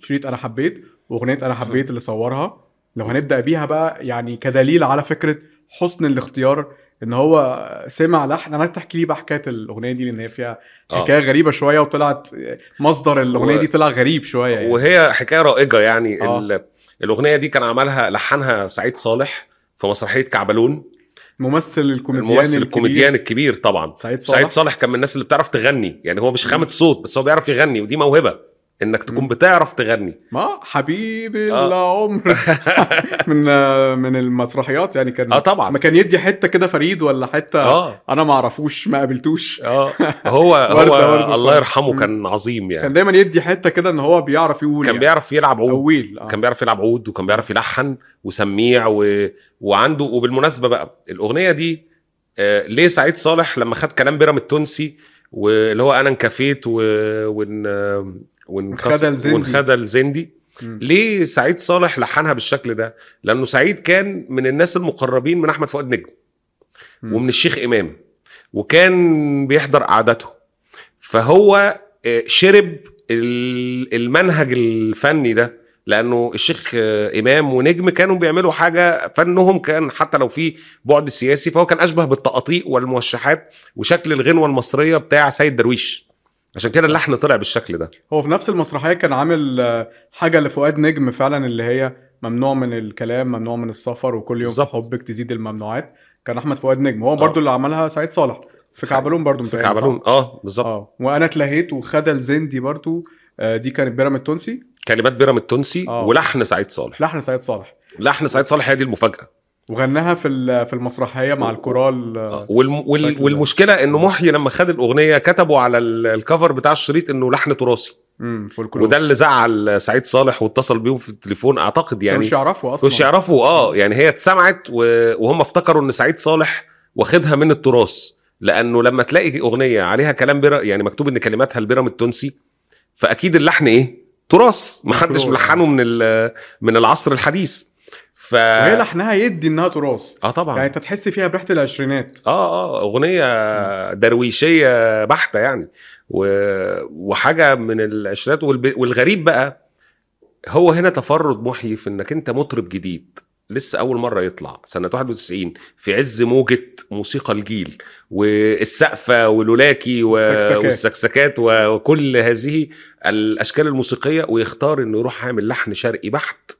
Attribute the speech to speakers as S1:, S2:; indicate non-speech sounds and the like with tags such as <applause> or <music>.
S1: شريط انا حبيت واغنيه انا حبيت اللي صورها لو هنبدا بيها بقى يعني كدليل على فكره حسن الاختيار ان هو سمع لحن انا تحكي لي بقى حكايه الاغنيه دي لان هي فيها
S2: آه.
S1: حكايه غريبه شويه وطلعت مصدر الاغنيه
S2: و-
S1: دي طلع غريب شويه يعني
S2: وهي حكايه رائجه يعني
S1: آه.
S2: ال- الاغنيه دي كان عملها لحنها سعيد صالح في مسرحيه كعبلون
S1: ممثل الكوميديان
S2: الممثل
S1: الكبير
S2: الكوميديان الكبير طبعا
S1: سعيد صالح
S2: سعيد صالح كان من الناس اللي بتعرف تغني يعني هو مش خامه صوت بس هو بيعرف يغني ودي موهبه انك تكون
S1: مم.
S2: بتعرف تغني
S1: ما حبيبي
S2: آه. <laughs>
S1: العمر من من المسرحيات يعني كان
S2: اه طبعا
S1: ما كان يدي حته كده فريد ولا حته
S2: اه
S1: انا ما اعرفوش ما قابلتوش
S2: اه
S1: <laughs>
S2: هو
S1: وردة-
S2: هو
S1: وردة
S2: الله
S1: طبعا.
S2: يرحمه
S1: مم.
S2: كان عظيم يعني
S1: كان دايما يدي حته كده ان هو بيعرف يقول
S2: كان
S1: يعني.
S2: بيعرف يلعب عود
S1: قويل آه.
S2: كان بيعرف يلعب عود وكان بيعرف يلحن وسميع و... وعنده وبالمناسبه بقى الاغنيه دي آه ليه سعيد صالح لما خد كلام بيرام التونسي واللي هو انا انكفيت و... ون... آه،
S1: وانخدل
S2: ونكس...
S1: زندي.
S2: وانخدل زندي
S1: مم.
S2: ليه سعيد صالح لحنها بالشكل ده؟ لانه سعيد كان من الناس المقربين من احمد فؤاد نجم
S1: مم.
S2: ومن الشيخ امام وكان بيحضر قعدته فهو آه، شرب ال- المنهج الفني ده لانه الشيخ آه، امام ونجم كانوا بيعملوا حاجه فنهم كان حتى لو في بعد سياسي فهو كان اشبه بالتقاطيق والموشحات وشكل الغنوه المصريه بتاع سيد درويش عشان كده اللحن طلع بالشكل ده
S1: هو في نفس المسرحيه كان عامل آه، حاجه لفؤاد نجم فعلا اللي هي ممنوع من الكلام ممنوع من السفر وكل يوم في
S2: بالظبط.
S1: حبك تزيد الممنوعات كان احمد فؤاد نجم هو
S2: آه.
S1: برضو اللي عملها سعيد صالح في كعبلون برضو
S2: في
S1: متهيألي، صح؟
S2: كعبلون اه بالظبط
S1: اه وانا اتلهيت وخدل زندي برضو آه، دي كانت بيرام التونسي
S2: كلمات بيرام التونسي
S1: آه.
S2: ولحن سعيد صالح
S1: لحن سعيد صالح
S2: لحن سعيد صالح هي دي المفاجاه
S1: وغناها في ال- في المسرحيه مع الكورال آه،
S2: والم...
S1: شكل
S2: وال...
S1: ده.
S2: والمشكله انه محيي لما خد الاغنيه كتبوا على ال- الكفر بتاع الشريط انه لحن تراثي
S1: امم فولكلور
S2: وده اللي زعل سعيد صالح واتصل بيهم في التليفون اعتقد
S1: يعني
S2: يعني
S1: مش يعرفوا اصلا
S2: مش يعرفوا اه يعني هي اتسمعت و... وهم افتكروا ان سعيد صالح واخدها من التراث لانه لما تلاقي اغنيه عليها كلام بر... يعني مكتوب ان كلماتها البرم التونسي فاكيد اللحن ايه تراث <laughs> ما حدش
S1: مفروض.
S2: ملحنه من ال... من العصر الحديث ف
S1: وهي لحنها يدي انها تراث
S2: اه طبعا
S1: يعني انت تحس فيها بريحه العشرينات
S2: اه اه اغنيه درويشيه بحته يعني و... وحاجه من العشرينات والب... والغريب بقى هو هنا تفرد محيي في انك انت مطرب جديد لسه اول مره يطلع سنه 91 في عز موجه موسيقى الجيل والسقفه ولولاكي و...
S1: والسكسكات.
S2: والسكسكات و- وكل هذه الاشكال الموسيقيه ويختار انه يروح عامل لحن شرقي بحت